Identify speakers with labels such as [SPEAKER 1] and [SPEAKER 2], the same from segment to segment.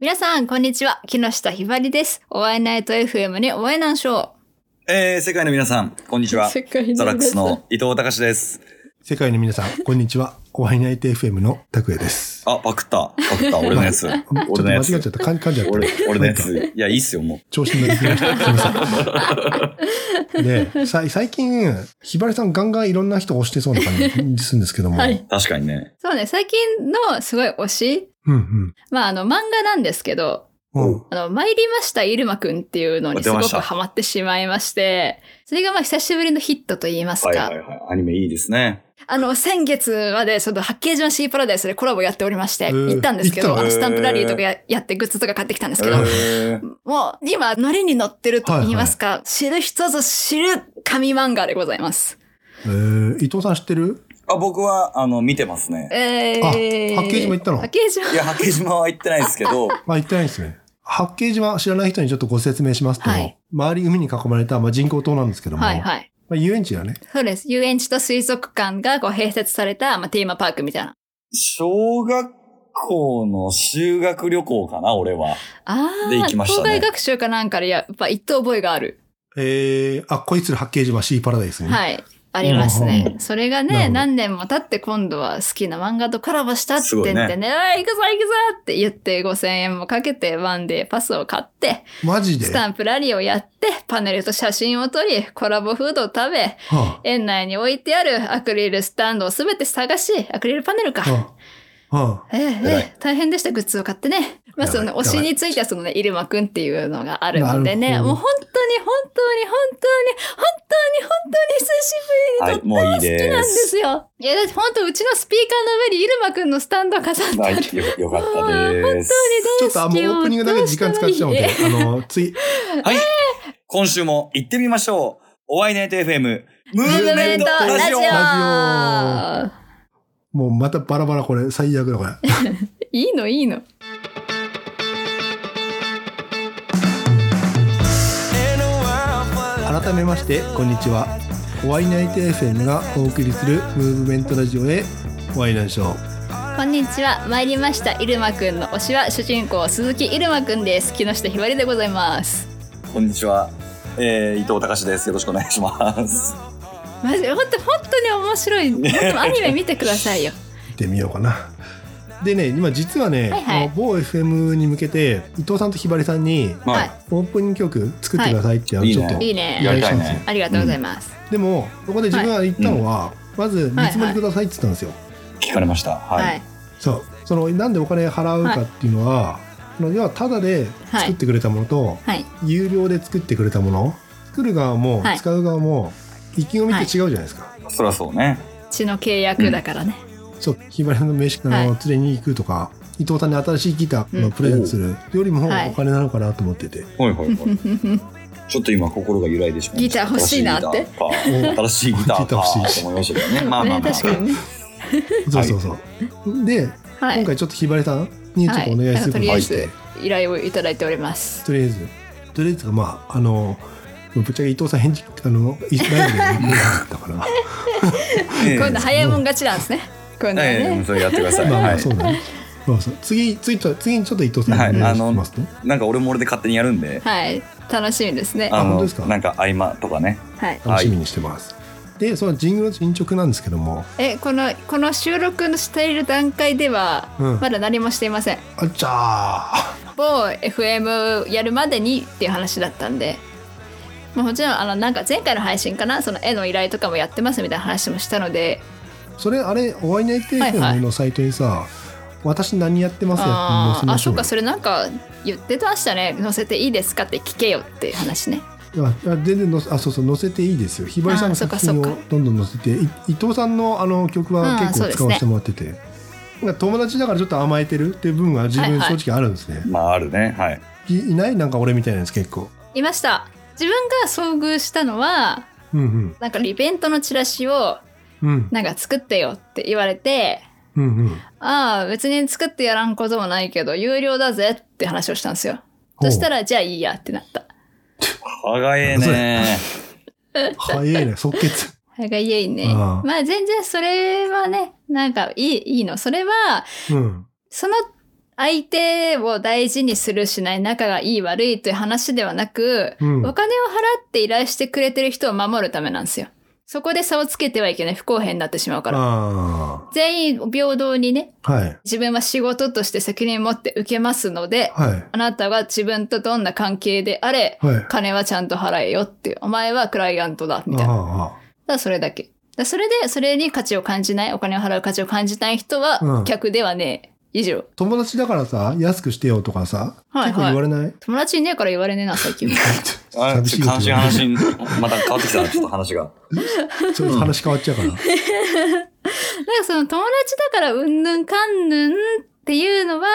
[SPEAKER 1] 皆さん、こんにちは。木下ひばりです。お会いナイト FM にお会いなんしょ
[SPEAKER 2] えー、世界の皆さん、こんにち
[SPEAKER 1] う。
[SPEAKER 2] は。
[SPEAKER 1] 世界
[SPEAKER 2] ザラックスの伊藤隆です。
[SPEAKER 3] 世界の皆さん、こんにちは。お会いナイト FM の拓也です。
[SPEAKER 2] あ、パクった。パクった。俺の やつ。
[SPEAKER 3] ちょっと
[SPEAKER 2] 俺の
[SPEAKER 3] 間違
[SPEAKER 2] や
[SPEAKER 3] っちゃっ
[SPEAKER 2] つ。
[SPEAKER 3] た。噛ん噛んじゃった。
[SPEAKER 2] 俺俺のや
[SPEAKER 3] なんか
[SPEAKER 2] つ。いや、いいっすよ、もう。
[SPEAKER 3] 調子に乗りすぎ ました。すいません。で、さ最近、ひばりさんガンガンいろんな人押してそうな感じするんですけども。
[SPEAKER 1] はい
[SPEAKER 2] 確かにね。
[SPEAKER 1] そうね、最近のすごい推し。
[SPEAKER 3] うん
[SPEAKER 1] まあ、あの、漫画なんですけど、
[SPEAKER 3] うん。うん。
[SPEAKER 1] あの、参りました、イルマくんっていうのにすご
[SPEAKER 2] 出
[SPEAKER 1] く
[SPEAKER 2] ました
[SPEAKER 1] ハマってしまいまして、それがまあ、久しぶりのヒットと言いますか、
[SPEAKER 2] はいはいはい。アニメいいですね。
[SPEAKER 1] あの、先月まで、その、八景島シーパラダイスでコラボやっておりまして、
[SPEAKER 3] えー
[SPEAKER 1] 行ったんですけど、
[SPEAKER 3] 行った
[SPEAKER 1] あ
[SPEAKER 2] の
[SPEAKER 1] のスタンプラリーとかややってグッズとか買ってきたんですけど、
[SPEAKER 2] えー
[SPEAKER 1] もう、今、ノリに乗ってると言いますか、知る人ぞ知る神漫画でございます。
[SPEAKER 3] えー、伊藤さん知ってる
[SPEAKER 2] あ、僕は、あの、見てますね。
[SPEAKER 1] えー、
[SPEAKER 3] あ八景島行ったの
[SPEAKER 1] 八景島
[SPEAKER 2] いや、八景島は行ってないです けど、
[SPEAKER 3] まあ、言ってないですね。八景島知らない人にちょっとご説明しますと、
[SPEAKER 1] はい
[SPEAKER 3] 周り海に囲まれた、まあ、人工島なんですけども、
[SPEAKER 1] はいはい。
[SPEAKER 3] まあ、遊園地だね。
[SPEAKER 1] そうです。遊園地と水族館がこう併設された、まあ、テーマパークみたいな。
[SPEAKER 2] 小学校の修学旅行かな、俺は。
[SPEAKER 1] ああ、
[SPEAKER 2] で行きましたね
[SPEAKER 1] 東大学習かなんかでやっぱ行った覚えがある。
[SPEAKER 3] えー、あ、恋する八景島シーパラダイスに。
[SPEAKER 1] はい。ありますね。それが
[SPEAKER 3] なるほ
[SPEAKER 1] ね、
[SPEAKER 3] ど
[SPEAKER 1] 何年も経って今度は好きな漫画とコラボしたって
[SPEAKER 2] すごい
[SPEAKER 1] 言
[SPEAKER 2] ね
[SPEAKER 1] ってね、おい行くぞ行くぞって言って5000円もかけてワンデーパスを買って、
[SPEAKER 3] マジで。
[SPEAKER 1] スタンプラリーをやって、パネルと写真を撮り、コラボフードを食べ、
[SPEAKER 3] は
[SPEAKER 1] 園内に置いてあるアクリルスタンドをすべて探し、アクリルパネルか。
[SPEAKER 3] あ、はあ、は
[SPEAKER 1] ええ
[SPEAKER 2] 偉
[SPEAKER 1] ええ、大変でした、グッズを買ってね。まあ、
[SPEAKER 3] やば
[SPEAKER 1] そ
[SPEAKER 3] い
[SPEAKER 1] の推しについては、そのね、イルマくんっていうのがあるので
[SPEAKER 3] な
[SPEAKER 1] ね、
[SPEAKER 3] るほど
[SPEAKER 1] もう本当に、本当に、本当に、本当に、本当に久しぶ
[SPEAKER 2] は
[SPEAKER 1] りに
[SPEAKER 2] い、もういい
[SPEAKER 1] とっても好きなん
[SPEAKER 2] で。
[SPEAKER 1] です すよ。いや、だって本当、うちのスピーカーの上にイルマくんのスタンドを飾ってあ
[SPEAKER 2] はい、
[SPEAKER 1] る。
[SPEAKER 2] よよかったです。
[SPEAKER 3] ちょっとあもうオープニングだけで時間使っちゃうんで、あの、つい、
[SPEAKER 2] はい。今週も行ってみましょう。お会いネイト FM、ムーブメントラジオ
[SPEAKER 1] ラジ
[SPEAKER 3] もうまたバラバラこれ、最悪だこれ。
[SPEAKER 1] オいいの、いいの。
[SPEAKER 3] 改めまして、こんにちは。お会いナイト FM がお送りするムーブメントラジオへお会いなんでしょ
[SPEAKER 1] こんにちは、参りました、イルマくんの推しは、主人公、鈴木イルマくんです。木下ひばりでございます。
[SPEAKER 2] こんにちは。えー、伊藤隆です。よろしくお願いします。
[SPEAKER 1] マジ、本当、本当に面白い。本当アニメ見てくださいよ。
[SPEAKER 3] う。行ってみようかな。でね、今実はね、
[SPEAKER 1] はいはい
[SPEAKER 3] あの某 FM に向けて、伊藤さんとひばりさんに、
[SPEAKER 1] は
[SPEAKER 2] はいい。
[SPEAKER 3] オープニング曲作ってくださいって、あの
[SPEAKER 2] はい
[SPEAKER 3] ちょっと、
[SPEAKER 1] いいね。
[SPEAKER 3] やりたいね
[SPEAKER 1] ありがとうございます。
[SPEAKER 3] でも、そこで自分が言ったのは、まず見積もりくださいって言ったんですよ。
[SPEAKER 2] 聞かれました。はい。
[SPEAKER 1] はい。
[SPEAKER 3] そうそのなんでお金払うかっていうのは、その要はタダで
[SPEAKER 1] はい
[SPEAKER 3] 作ってくれたものと、
[SPEAKER 1] はい。
[SPEAKER 3] 有料で作ってくれたもの作る側も、
[SPEAKER 1] はい
[SPEAKER 3] 使う側も意気込みって違うじゃないですか、
[SPEAKER 2] そりゃそうね。
[SPEAKER 1] 血の契約だからね。
[SPEAKER 3] そうひばりさんの飯から
[SPEAKER 1] は
[SPEAKER 3] 連れに行くとか、伊藤さんに新しいギターのプレゼントするよりもお
[SPEAKER 1] はい
[SPEAKER 3] 金なのかなと思ってて、
[SPEAKER 2] はいはいはい。 ちょっと今心が揺らいでしまいました。
[SPEAKER 1] ギター欲しいなって
[SPEAKER 2] 新しいギターか。新しいギターかと思いましたけどね。まあまあま
[SPEAKER 1] ね
[SPEAKER 2] あ。
[SPEAKER 1] 確かにね。
[SPEAKER 3] そうそうそう、で、
[SPEAKER 1] は
[SPEAKER 3] 今
[SPEAKER 1] い。
[SPEAKER 3] 回ちょっとひばりさんにちょっとお願いすることにして、
[SPEAKER 1] はい依頼をいただいております。
[SPEAKER 3] とりあえずとりあえずがまああのぶっちゃけ伊藤さん返事あのイスラエルで見なかったから。
[SPEAKER 2] ええ
[SPEAKER 1] こういうの早いもん勝ちなんですね。こういうのは
[SPEAKER 2] ええ、
[SPEAKER 1] ね。
[SPEAKER 2] それやってください。
[SPEAKER 3] まあま
[SPEAKER 2] は
[SPEAKER 3] あそう
[SPEAKER 2] い。
[SPEAKER 3] だね。そうそう次次と次にちょっと伊藤さんに
[SPEAKER 2] はい
[SPEAKER 3] お願いし
[SPEAKER 2] あの
[SPEAKER 3] ますと。
[SPEAKER 2] なんか俺も俺で勝手にやるんで。
[SPEAKER 1] はい。楽しみですね。
[SPEAKER 2] あ
[SPEAKER 3] 本当
[SPEAKER 2] の
[SPEAKER 3] ですか、
[SPEAKER 2] なんか合間とかね。
[SPEAKER 1] はい。
[SPEAKER 2] はい
[SPEAKER 3] 楽しみにしてます。でそのジングルの進捗なんですけども、
[SPEAKER 1] え、この、この収録のしている段階では、
[SPEAKER 3] うん
[SPEAKER 1] まだ何もしていません。
[SPEAKER 3] あっちゃ
[SPEAKER 1] 某 FM やるまでにっていう話だったんで、まあ、もちろんあのなんか前回の配信かなその絵の依頼とかもやってますみたいな話もしたので
[SPEAKER 3] ーそれあれお会いないテレビ
[SPEAKER 1] はいはい
[SPEAKER 3] のサイトにさ、私何やってますや
[SPEAKER 1] あ
[SPEAKER 3] っ
[SPEAKER 1] ー
[SPEAKER 3] て載
[SPEAKER 1] あ
[SPEAKER 3] せ
[SPEAKER 1] そっ
[SPEAKER 3] ま
[SPEAKER 1] か
[SPEAKER 3] しょ
[SPEAKER 1] それなんか言ってましたね載せていいですかって聞けよっていう話ね
[SPEAKER 3] うよ。ああ全然のあそうそう載せていいですよ。ひばりさんの
[SPEAKER 1] あーそっ
[SPEAKER 3] 作
[SPEAKER 1] か
[SPEAKER 3] 品を
[SPEAKER 1] そっか
[SPEAKER 3] どんどん載せてい伊藤さんのあの曲は
[SPEAKER 1] うん
[SPEAKER 3] 結
[SPEAKER 1] そうで
[SPEAKER 3] 構
[SPEAKER 1] す
[SPEAKER 3] 使
[SPEAKER 1] ね
[SPEAKER 3] わせてもらってて。なんか友達だからちょっと甘えてるっていう部分は自
[SPEAKER 1] は
[SPEAKER 3] 分
[SPEAKER 1] いはい
[SPEAKER 3] 正直あるんですね、
[SPEAKER 2] まああるね。はい。
[SPEAKER 3] いいないなんか俺みたいなやつ結構
[SPEAKER 1] いました自分が遭遇したのは
[SPEAKER 3] うん
[SPEAKER 1] なんかイベントのチラシを
[SPEAKER 3] うんうん
[SPEAKER 1] なんか作ってよって言われて
[SPEAKER 3] うんうん
[SPEAKER 1] ああ別に作ってやらんこともないけど有料だぜって話をしたんですよそしたらじゃあいいやってなった
[SPEAKER 2] はがええね。
[SPEAKER 3] 早 いね即決
[SPEAKER 1] がいえいね。
[SPEAKER 3] ああ
[SPEAKER 1] まあ全然それはね、なんかいい、いいの。それは、
[SPEAKER 3] うん
[SPEAKER 1] その相手を大事にするしない仲がいい悪いという話ではなく、
[SPEAKER 3] うん
[SPEAKER 1] お金を払って依頼してくれてる人を守るためなんですよ。そこで差をつけてはいけない不公平になってしまうから。
[SPEAKER 3] あ
[SPEAKER 1] 全員平等にね、
[SPEAKER 3] あ。はい。
[SPEAKER 1] 自分は仕事として責任を持って受けますので、
[SPEAKER 3] はい。
[SPEAKER 1] あなたが自分とどんな関係であれ、
[SPEAKER 3] はい。
[SPEAKER 1] 金はちゃんと払えよっていう。お前はクライアントだ、みたいな。
[SPEAKER 3] あ
[SPEAKER 1] ただそれだけ。だそれで、それに価値を感じない、お金を払う価値を感じない人
[SPEAKER 3] う
[SPEAKER 1] は
[SPEAKER 3] ん、
[SPEAKER 1] 客ではねえ。以上
[SPEAKER 3] あ。。友達だからさ、安くしてよとかさ、
[SPEAKER 1] はい
[SPEAKER 3] 結構言わ
[SPEAKER 1] はい。
[SPEAKER 3] れない
[SPEAKER 1] 友達いねえから言われ ねえな、最近。
[SPEAKER 2] あれ、
[SPEAKER 3] 寂しい
[SPEAKER 2] ちょっと悲しい話に、また変わってきたな、ちょっと話が。
[SPEAKER 3] そういう話変わっちゃうから。
[SPEAKER 1] だからその友達だからうんぬんかんぬんっていうのは、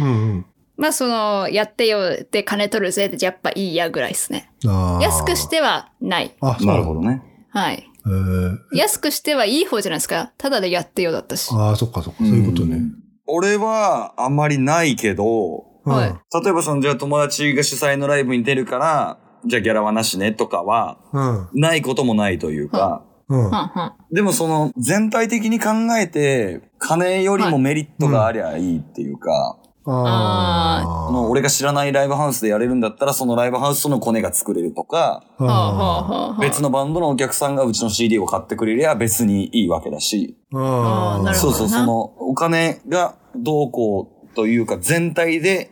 [SPEAKER 3] うんうん。
[SPEAKER 1] まあその、やってよって金取るぜってやっぱいいやぐらいですね。
[SPEAKER 3] ああ。
[SPEAKER 1] 安くしてはない。
[SPEAKER 3] あ、そう
[SPEAKER 2] なるほどね。
[SPEAKER 1] はい。
[SPEAKER 3] えー
[SPEAKER 1] 安くしてはいい方じゃないですか。ただでやってよだったし。
[SPEAKER 3] ああ、そっかそっか。そういうこと
[SPEAKER 2] う
[SPEAKER 3] ね。
[SPEAKER 2] ん。俺は、あんまりないけど、
[SPEAKER 1] うんはい
[SPEAKER 2] 例えばその、じゃあ友達が主催のライブに出るから、じゃあギャラはなしねとかは、
[SPEAKER 3] うん。
[SPEAKER 2] ないこともないというか、
[SPEAKER 3] うん。うん。
[SPEAKER 1] はんはん。
[SPEAKER 2] でもその、全体的に考えて、金よりもメリットがありゃいいっていうか、
[SPEAKER 1] あ
[SPEAKER 2] その俺が知らないライブハウスでやれるんだったら、そのライブハウスとのコネが作れるとか、
[SPEAKER 3] あー
[SPEAKER 1] はあはあはあはあ
[SPEAKER 2] 別のバンドのお客さんがうちの CD を買ってくれりゃ別にいいわけだし、
[SPEAKER 1] あーなるほ
[SPEAKER 2] そ
[SPEAKER 1] ど
[SPEAKER 2] うそう、その、お金がどうこうというか、全体で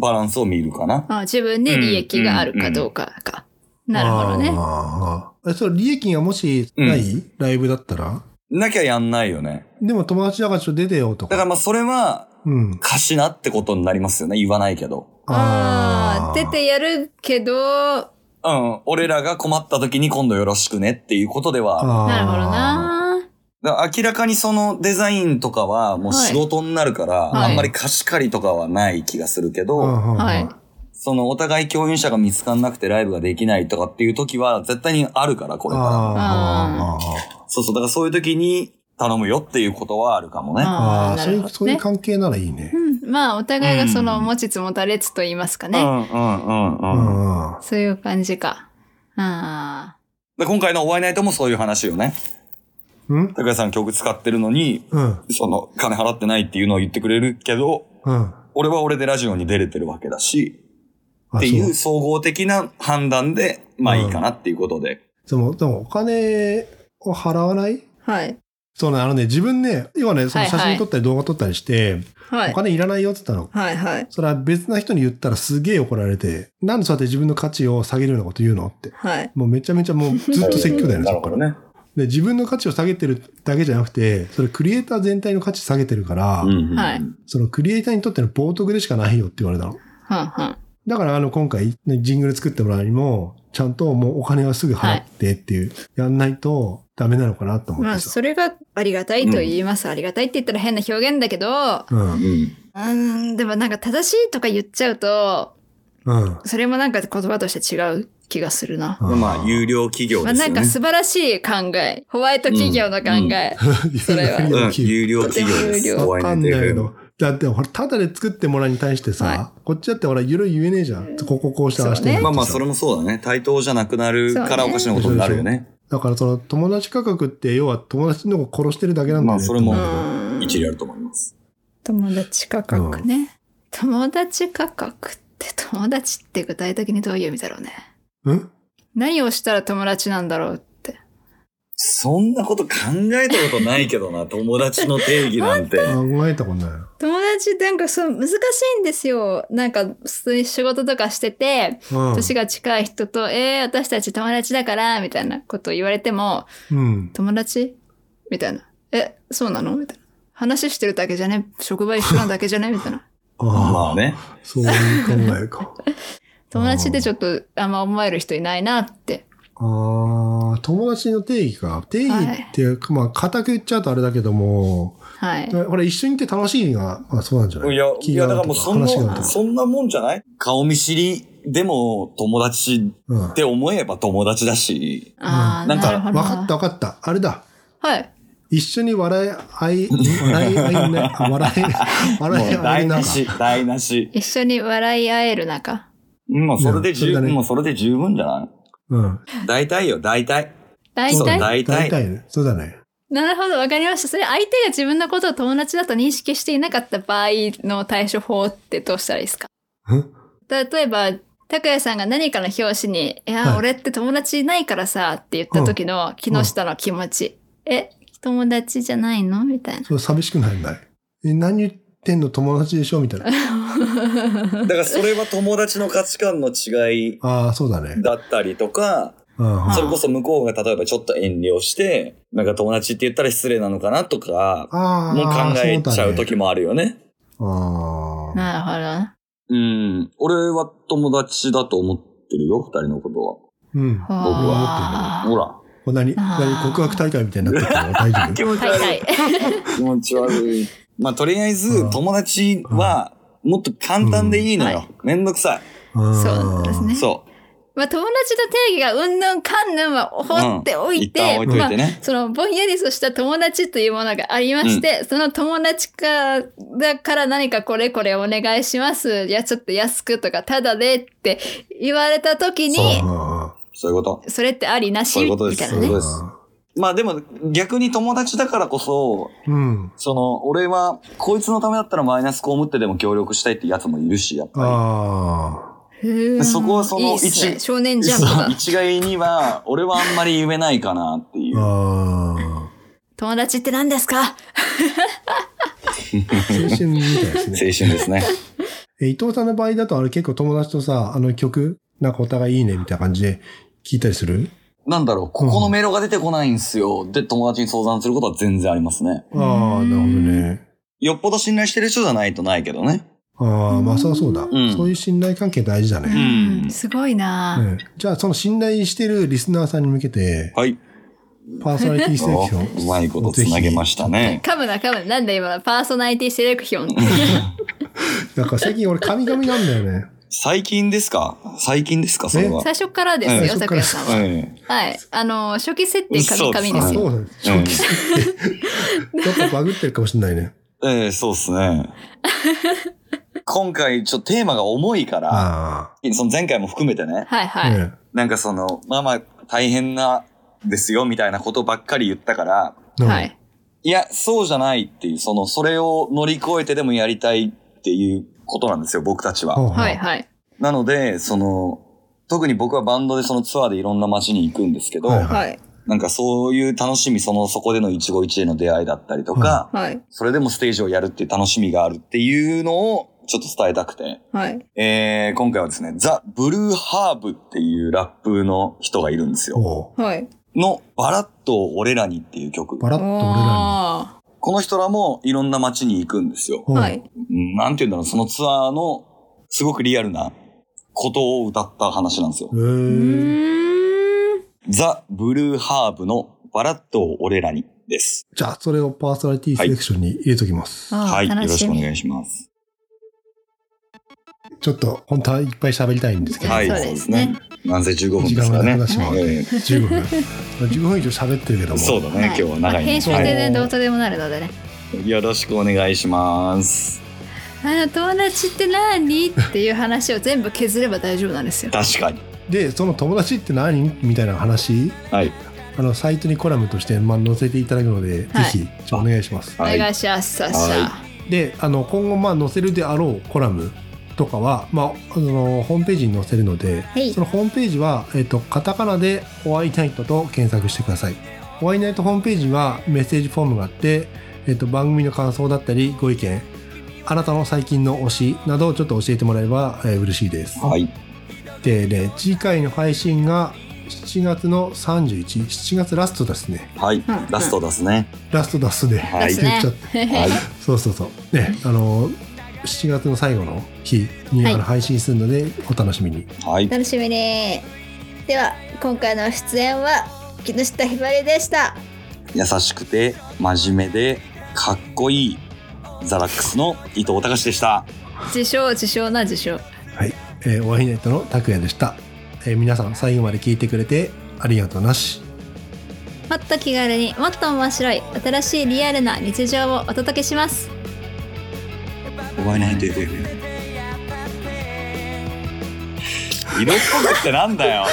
[SPEAKER 2] バランスを見るかな。
[SPEAKER 1] あ自分に利益があるかどうかか。なるほどね。
[SPEAKER 3] あーえ、それ利益がもしない、ライブだったら
[SPEAKER 2] なきゃやんないよね。
[SPEAKER 3] でも友達だからちょっと出てよと
[SPEAKER 2] だ
[SPEAKER 3] か。
[SPEAKER 2] からまあそれは、
[SPEAKER 3] うん。
[SPEAKER 2] 貸しなってことになりますよね。言わないけど。
[SPEAKER 1] ああ、
[SPEAKER 3] ー
[SPEAKER 1] 出。てやるけど、
[SPEAKER 2] うん。俺らが困った時に今度よろしくねっていうことではある。
[SPEAKER 3] あー
[SPEAKER 1] なるほど。な。
[SPEAKER 2] だから明らかにそのデザインとかはもう
[SPEAKER 1] はい
[SPEAKER 2] 仕事になるから、
[SPEAKER 1] はい
[SPEAKER 2] あんまり貸し借りとかはない気がするけど、
[SPEAKER 3] うんうん
[SPEAKER 1] はい。
[SPEAKER 2] そのお互い共演者が見つかんなくてライブができないとかっていう時は絶対にあるから、これか
[SPEAKER 3] あ
[SPEAKER 2] ら。そうそう。だからそういう時に頼むよっていうことはあるかも
[SPEAKER 1] あ
[SPEAKER 2] ね。
[SPEAKER 3] あ。ああ、
[SPEAKER 1] ー
[SPEAKER 3] そういう、そういう
[SPEAKER 1] ね。
[SPEAKER 3] 関係ならいいね。
[SPEAKER 1] うんまあ、お互いがその、
[SPEAKER 2] うん
[SPEAKER 1] 持ちつ持たれつと言いますか
[SPEAKER 2] う
[SPEAKER 1] ね。
[SPEAKER 2] んうんうんう
[SPEAKER 3] う
[SPEAKER 2] ん。だか
[SPEAKER 3] んうん。
[SPEAKER 1] そういう感じか。あ
[SPEAKER 2] ら今回のお会いナイトもそういう話よね。
[SPEAKER 3] うん
[SPEAKER 2] 高橋さん曲使ってるのに、
[SPEAKER 3] うん。
[SPEAKER 2] その、金払ってないっていうのを言ってくれるけど、
[SPEAKER 3] うん。
[SPEAKER 2] 俺は俺でラジオに出れてるわけだし、
[SPEAKER 3] あ
[SPEAKER 2] ってい
[SPEAKER 3] そう
[SPEAKER 2] う総合的な判断で、まあいいかなっていうことで。
[SPEAKER 3] でも、でもお金を払わない
[SPEAKER 1] あ。はい。
[SPEAKER 3] そうね、あのね、自分ね、今ね、その写
[SPEAKER 1] はいは
[SPEAKER 3] 真
[SPEAKER 1] い
[SPEAKER 3] 撮ったり動画撮ったりして、
[SPEAKER 1] は
[SPEAKER 3] お金いらないよって言ったの。
[SPEAKER 1] はいはい。
[SPEAKER 3] それは別な人に言ったらすげえ怒られて、なんでそうやって自分の価値を下げるようなこと言うのって。
[SPEAKER 1] はい。
[SPEAKER 3] もうめちゃめちゃもうずっと説教だよ
[SPEAKER 2] な
[SPEAKER 3] ね、そ
[SPEAKER 2] る
[SPEAKER 3] っ
[SPEAKER 2] ほ
[SPEAKER 3] から
[SPEAKER 2] ど。ね。
[SPEAKER 3] で、自分の価値を下げてるだけじゃなくて、それクリエイター全体の価値下げてるから、
[SPEAKER 2] うんうん
[SPEAKER 1] はい
[SPEAKER 3] そのクリエイターにとっての冒涜でしかないよって言われたの。
[SPEAKER 1] はんはん。
[SPEAKER 3] だからあの今回、ね、ジングル作ってもらうにも、ちゃんともうお金はすぐ払ってっていう、やんないとダメなのかなと思
[SPEAKER 1] ま
[SPEAKER 3] っ
[SPEAKER 1] あ、
[SPEAKER 3] てさ。
[SPEAKER 1] それがありがたいと言います。ありがたいって言ったら変な表現だけど、
[SPEAKER 3] うん。
[SPEAKER 2] うん
[SPEAKER 1] うーん、でもなんか正しいとか言っちゃうと、
[SPEAKER 3] うん。
[SPEAKER 1] それもなんか言葉として違う気がするな。
[SPEAKER 2] でまあ、有料企業
[SPEAKER 1] まあ
[SPEAKER 2] です
[SPEAKER 1] な
[SPEAKER 2] よ
[SPEAKER 1] ん
[SPEAKER 2] ね
[SPEAKER 1] か。素晴らしい考え。ホワイト企業の考え。 それは
[SPEAKER 2] うん、
[SPEAKER 3] 有
[SPEAKER 2] 有料企業です。
[SPEAKER 1] とても有料
[SPEAKER 2] お
[SPEAKER 3] わ
[SPEAKER 2] 会
[SPEAKER 3] か
[SPEAKER 2] い
[SPEAKER 3] ん
[SPEAKER 2] に
[SPEAKER 3] ない
[SPEAKER 2] 出
[SPEAKER 3] の
[SPEAKER 2] る。。
[SPEAKER 3] だって、ほら、ただで作ってもらうに対してさ、
[SPEAKER 1] は
[SPEAKER 3] こっちだってほら、ゆる言えねえじゃん。こここうしてああして
[SPEAKER 1] そうね
[SPEAKER 2] まあまあ、それ
[SPEAKER 3] も。
[SPEAKER 2] もそうだね。対等じゃなくなるか
[SPEAKER 1] そうね
[SPEAKER 2] らおかしなことになるよね。
[SPEAKER 3] だから、その、友達価格って、要は友達の子殺してるだけなんだよね。
[SPEAKER 2] まあそれも
[SPEAKER 3] って
[SPEAKER 1] う
[SPEAKER 3] 思うんだ
[SPEAKER 1] ん
[SPEAKER 2] 一理あると思います。
[SPEAKER 1] 友達価格ね。友達価格って友達って具体的にどういう意味だろうね。
[SPEAKER 3] けどん
[SPEAKER 1] 何をしたら友達なんだろうって。
[SPEAKER 2] そんなこと考えたことないけどな、友達の定義なんて。
[SPEAKER 3] 考えたことない。
[SPEAKER 1] 友達なんかそう難しいんですよ。なんか普通に仕事とかしてて、
[SPEAKER 3] うん。
[SPEAKER 1] 年が近い人と、えー、私たち友達だから、みたいなことを言われても、
[SPEAKER 3] うん。
[SPEAKER 1] 友達みたいな。え、そうなのみたいな。話してるだけじゃね職場一緒なだけじゃねみたいな。
[SPEAKER 2] ま
[SPEAKER 3] あ
[SPEAKER 2] あね。
[SPEAKER 3] あ、そういう考えか。
[SPEAKER 1] 友達ってちょっとあんま思える人いないなって。
[SPEAKER 3] ああ、友達の定義か。定義っていうか、まあ、固く言っちゃうとあれだけども、
[SPEAKER 1] はい。
[SPEAKER 3] これ一緒にいて楽しいが、まあそうなんじゃない
[SPEAKER 2] いや、い
[SPEAKER 3] 気
[SPEAKER 2] や、
[SPEAKER 3] が
[SPEAKER 2] だか
[SPEAKER 3] 合
[SPEAKER 2] ら
[SPEAKER 3] うと
[SPEAKER 2] もうそん
[SPEAKER 3] 話が合う
[SPEAKER 2] な、
[SPEAKER 3] とか
[SPEAKER 2] そんなもんじゃない顔見知りでも友達
[SPEAKER 3] うん
[SPEAKER 2] って思えば友達だし、
[SPEAKER 1] ああ、
[SPEAKER 2] なんか
[SPEAKER 1] なるほ
[SPEAKER 3] わ
[SPEAKER 1] ど
[SPEAKER 3] かったわかった。あれだ。
[SPEAKER 1] はい。
[SPEAKER 3] 一緒に笑い合い、笑い合いね、あ笑い、笑い
[SPEAKER 2] もう
[SPEAKER 3] 合
[SPEAKER 2] 台
[SPEAKER 3] いな
[SPEAKER 2] 無
[SPEAKER 3] んか。
[SPEAKER 2] し、台無し。
[SPEAKER 1] 一緒に笑い合える仲。
[SPEAKER 2] うんもうそれで
[SPEAKER 3] い
[SPEAKER 2] 十
[SPEAKER 3] やそれだ
[SPEAKER 2] 分、
[SPEAKER 3] ね
[SPEAKER 2] もうそれで十分じゃな
[SPEAKER 3] うん。
[SPEAKER 2] い大体よ、大体。
[SPEAKER 1] 大
[SPEAKER 2] そう、
[SPEAKER 1] 体
[SPEAKER 2] 大
[SPEAKER 3] 大
[SPEAKER 2] 体。
[SPEAKER 3] 体ね。そうだね。
[SPEAKER 1] なるほど、わかりました。それ相手が自分のことを友達だと認識していなかった場合の対処法ってどうしたらいいですか
[SPEAKER 3] ん
[SPEAKER 1] 例えば、拓也さんが何かの表紙に、いや、
[SPEAKER 3] はい
[SPEAKER 1] 俺って友達いないからさ、って言った時の木下の気持ち。え、友達じゃないのみたいな。
[SPEAKER 3] それ寂しくなるんだい。え、何言ってんの友達でしょみたいな。
[SPEAKER 2] だからそれは友達の価値観の違い
[SPEAKER 3] ああ、そうだね。
[SPEAKER 2] だったりとか、
[SPEAKER 3] うんうん
[SPEAKER 2] それこそ向こうが例えばちょっと遠慮して、なんか友達って言ったら失礼なのかなとか、
[SPEAKER 3] ああ、
[SPEAKER 2] もう考えちゃう時
[SPEAKER 3] も。
[SPEAKER 2] もあるよね。
[SPEAKER 3] ああ。
[SPEAKER 1] なる
[SPEAKER 2] うん。俺は友達だと思ってるよ、二人のことは。
[SPEAKER 3] うん。
[SPEAKER 1] ほど。
[SPEAKER 2] 僕は
[SPEAKER 1] は
[SPEAKER 2] ほら。
[SPEAKER 3] これ何
[SPEAKER 1] あー
[SPEAKER 3] 何告白大会みたいになってるの大丈夫
[SPEAKER 2] 持
[SPEAKER 1] はいはい。
[SPEAKER 2] い。気持ち悪い。 まあ、とりあえ
[SPEAKER 3] うん
[SPEAKER 2] ず、友達は、もっと簡単でいいの
[SPEAKER 1] うんは
[SPEAKER 2] よ。めんどくさ
[SPEAKER 1] そうですね
[SPEAKER 2] い。そ
[SPEAKER 1] まあ、友達の定義がうんぬんかんぬんは放ってお
[SPEAKER 2] う。
[SPEAKER 1] い
[SPEAKER 2] 一
[SPEAKER 1] て、
[SPEAKER 2] 旦置いとい
[SPEAKER 1] まあ
[SPEAKER 2] てね。
[SPEAKER 1] そのぼんやりとした友達というものがありまして、その友達かだから何かこれこれお願いしますいやちょっと安くとかただでって言われた時
[SPEAKER 3] うん
[SPEAKER 1] に
[SPEAKER 3] うんうん
[SPEAKER 2] そういうこと。
[SPEAKER 1] それってありなし
[SPEAKER 2] そういうことで
[SPEAKER 1] み
[SPEAKER 2] す
[SPEAKER 1] たい
[SPEAKER 2] そ
[SPEAKER 1] な
[SPEAKER 2] ういう
[SPEAKER 1] ね
[SPEAKER 2] ことですまあ、でも、逆に友達だからこそ、
[SPEAKER 3] うん。
[SPEAKER 2] その、俺は、こいつのためだったらマイナスこう思ってでも協力したいってやつもいるし、やっぱ
[SPEAKER 3] あ
[SPEAKER 1] ふーん
[SPEAKER 2] そこはその
[SPEAKER 1] いいっすね
[SPEAKER 2] 一
[SPEAKER 1] 少年
[SPEAKER 2] り。
[SPEAKER 1] ジャンプ
[SPEAKER 2] そう
[SPEAKER 1] だ
[SPEAKER 2] 一概には、俺はあんまり言えないかなってい
[SPEAKER 3] あ。
[SPEAKER 2] う。
[SPEAKER 3] あ
[SPEAKER 1] 友達って何ですか
[SPEAKER 3] あ。青春みたいで す
[SPEAKER 2] 青
[SPEAKER 3] ね。
[SPEAKER 2] 春です ね。
[SPEAKER 3] え伊藤さんの場合だと、あれ結構友達とさ、あの曲、なんかお互いいいねみたいな感じで聞いたりする
[SPEAKER 2] なんだろう、ここのメロが出てこないんすよ。で、友達に相談することは全然ありますね。
[SPEAKER 3] ああ、なるほどね。
[SPEAKER 2] よっぽど信頼してる人じゃないとないけどね。
[SPEAKER 3] ああ、まあそりゃそうだ、
[SPEAKER 2] ん
[SPEAKER 3] そういう信頼関係大事だ
[SPEAKER 1] う
[SPEAKER 3] ね。
[SPEAKER 2] ん
[SPEAKER 1] んすごいな、
[SPEAKER 3] うんじゃあ、その信頼してるリスナーさんに向けて、
[SPEAKER 2] はい。
[SPEAKER 3] パーソナリティセレクシ ョン。
[SPEAKER 2] うまいことつなげましたね。
[SPEAKER 1] 噛むな噛むななんで今のパーソナリティセレクション
[SPEAKER 3] なんか最近俺、神々なんだよね。
[SPEAKER 2] 最近ですか最近ですかそれは。
[SPEAKER 1] 最初からです
[SPEAKER 2] うん
[SPEAKER 1] よさくやさんは、
[SPEAKER 2] ええ
[SPEAKER 1] はいあの初期設定カミカミで
[SPEAKER 2] うん
[SPEAKER 3] あ
[SPEAKER 1] すよ
[SPEAKER 3] そうなんです。長期戦って。どっかバグってるかもしれないね。
[SPEAKER 2] ええそうです ね。今回、ちょっとテーマが重いから、
[SPEAKER 3] あ
[SPEAKER 2] その前回も含めてね、
[SPEAKER 1] はい
[SPEAKER 3] あ。
[SPEAKER 1] はい、
[SPEAKER 3] ね
[SPEAKER 2] なんかその、まあまあ大変なですよみたいなことばっかり言ったから、
[SPEAKER 3] うん
[SPEAKER 1] はい
[SPEAKER 2] いや、そうじゃないっていう、その、それを乗り越えてでもやりたいっていうことなんですよ、僕たちは。
[SPEAKER 1] はいはい。
[SPEAKER 2] なので、その、特に僕はバンドでそのツアーでいろんな街に行くんですけど、
[SPEAKER 3] はい
[SPEAKER 1] はい
[SPEAKER 2] なんかそういう楽しみ、その、そこでの一期一会の出会いだったりとか、
[SPEAKER 1] はい
[SPEAKER 2] それでもステージをやるっていう楽しみがあるっていうのをちょっと伝えたくて、
[SPEAKER 1] はい。
[SPEAKER 2] えー、今回はですね、ザ・ブルーハーブっていうラップの人がいるんですよ。
[SPEAKER 3] おう
[SPEAKER 1] はい。
[SPEAKER 2] の、バラッと俺らにっていう曲。
[SPEAKER 3] バラッと俺ら
[SPEAKER 1] あ
[SPEAKER 2] この人らもいろんな街に行くんですよ。
[SPEAKER 3] に。
[SPEAKER 1] はい。
[SPEAKER 2] うんなんて言うんだろう、そのツアーのすごくリアルなことを歌った話なんですよ
[SPEAKER 3] お。う。
[SPEAKER 1] う
[SPEAKER 3] へえ。
[SPEAKER 1] ーん。
[SPEAKER 2] ザ・ブルーハーブのバラッと俺らにです。
[SPEAKER 3] じゃあ、それをパーソナリティセレクションに入れときます。
[SPEAKER 1] あー
[SPEAKER 2] はい、よろしくお
[SPEAKER 1] み
[SPEAKER 2] 願いします。
[SPEAKER 3] ちょっと、本当はいっぱい喋りたいんですけど、
[SPEAKER 2] はい、
[SPEAKER 1] そうですね。
[SPEAKER 2] なんせ15分で
[SPEAKER 3] 時間
[SPEAKER 2] すか
[SPEAKER 3] が
[SPEAKER 2] らね
[SPEAKER 3] なくなって。しまう。
[SPEAKER 2] ええ
[SPEAKER 3] 15分。15分 以上喋ってるけども。
[SPEAKER 2] そうだね、今日は
[SPEAKER 1] まあ
[SPEAKER 2] 長いね
[SPEAKER 1] 編集で
[SPEAKER 2] は
[SPEAKER 1] ね、どうとでもなるのでね。
[SPEAKER 2] い。よろしくお願いします。
[SPEAKER 1] あの、友達って何っていう話を全部削れば大丈夫なんですよ。
[SPEAKER 2] 確かに。
[SPEAKER 3] で、その友達って何みたいな話、
[SPEAKER 2] はい。
[SPEAKER 3] あの、サイトにコラムとして、まあ、載せていただくので、
[SPEAKER 1] はい
[SPEAKER 3] ぜひ、ちょお願いします。
[SPEAKER 1] お
[SPEAKER 2] はい。
[SPEAKER 1] 願いします、サッシ
[SPEAKER 2] は
[SPEAKER 1] ャ。
[SPEAKER 3] で、あの、今後、まあ、載せるであろうコラムとかは、まあ、あの、ホームページに載せるので、
[SPEAKER 1] はい
[SPEAKER 3] そ。のホームページは、えっとカタカナでホワイナイトと検索してくださいホワイナイトホームページはメッセージフォームがあって、えっと番組の感想だったりご意見あなたの最近の推しなどをちょっと教えてもらえれば、えー嬉しいです、
[SPEAKER 2] はい。
[SPEAKER 3] でね次回の配信が7月の317月ラストですね
[SPEAKER 2] はい
[SPEAKER 1] うん。
[SPEAKER 2] ラストですね。
[SPEAKER 3] ラストだっすね
[SPEAKER 2] はい
[SPEAKER 1] で。すね
[SPEAKER 3] ちょっと
[SPEAKER 2] はい。
[SPEAKER 3] そうそうそうねあの7月の最後の日に、
[SPEAKER 1] はい
[SPEAKER 3] あの配信するのでお楽しみに
[SPEAKER 2] はい。
[SPEAKER 1] 楽しみに。では、今回の出演は、木下ひばりでした。
[SPEAKER 2] 優しくて真面目でかっこいいザラックスの伊藤隆でした。
[SPEAKER 1] 自称、自称な自称。
[SPEAKER 3] えー、ワイナイトの拓也でした、えー皆さん最後まで聞いてくれてありがとうなし
[SPEAKER 1] もっと気軽にもっと面白い新しいリアルな日常をお届けします。
[SPEAKER 2] お前ないという色っぽくってなんだよ。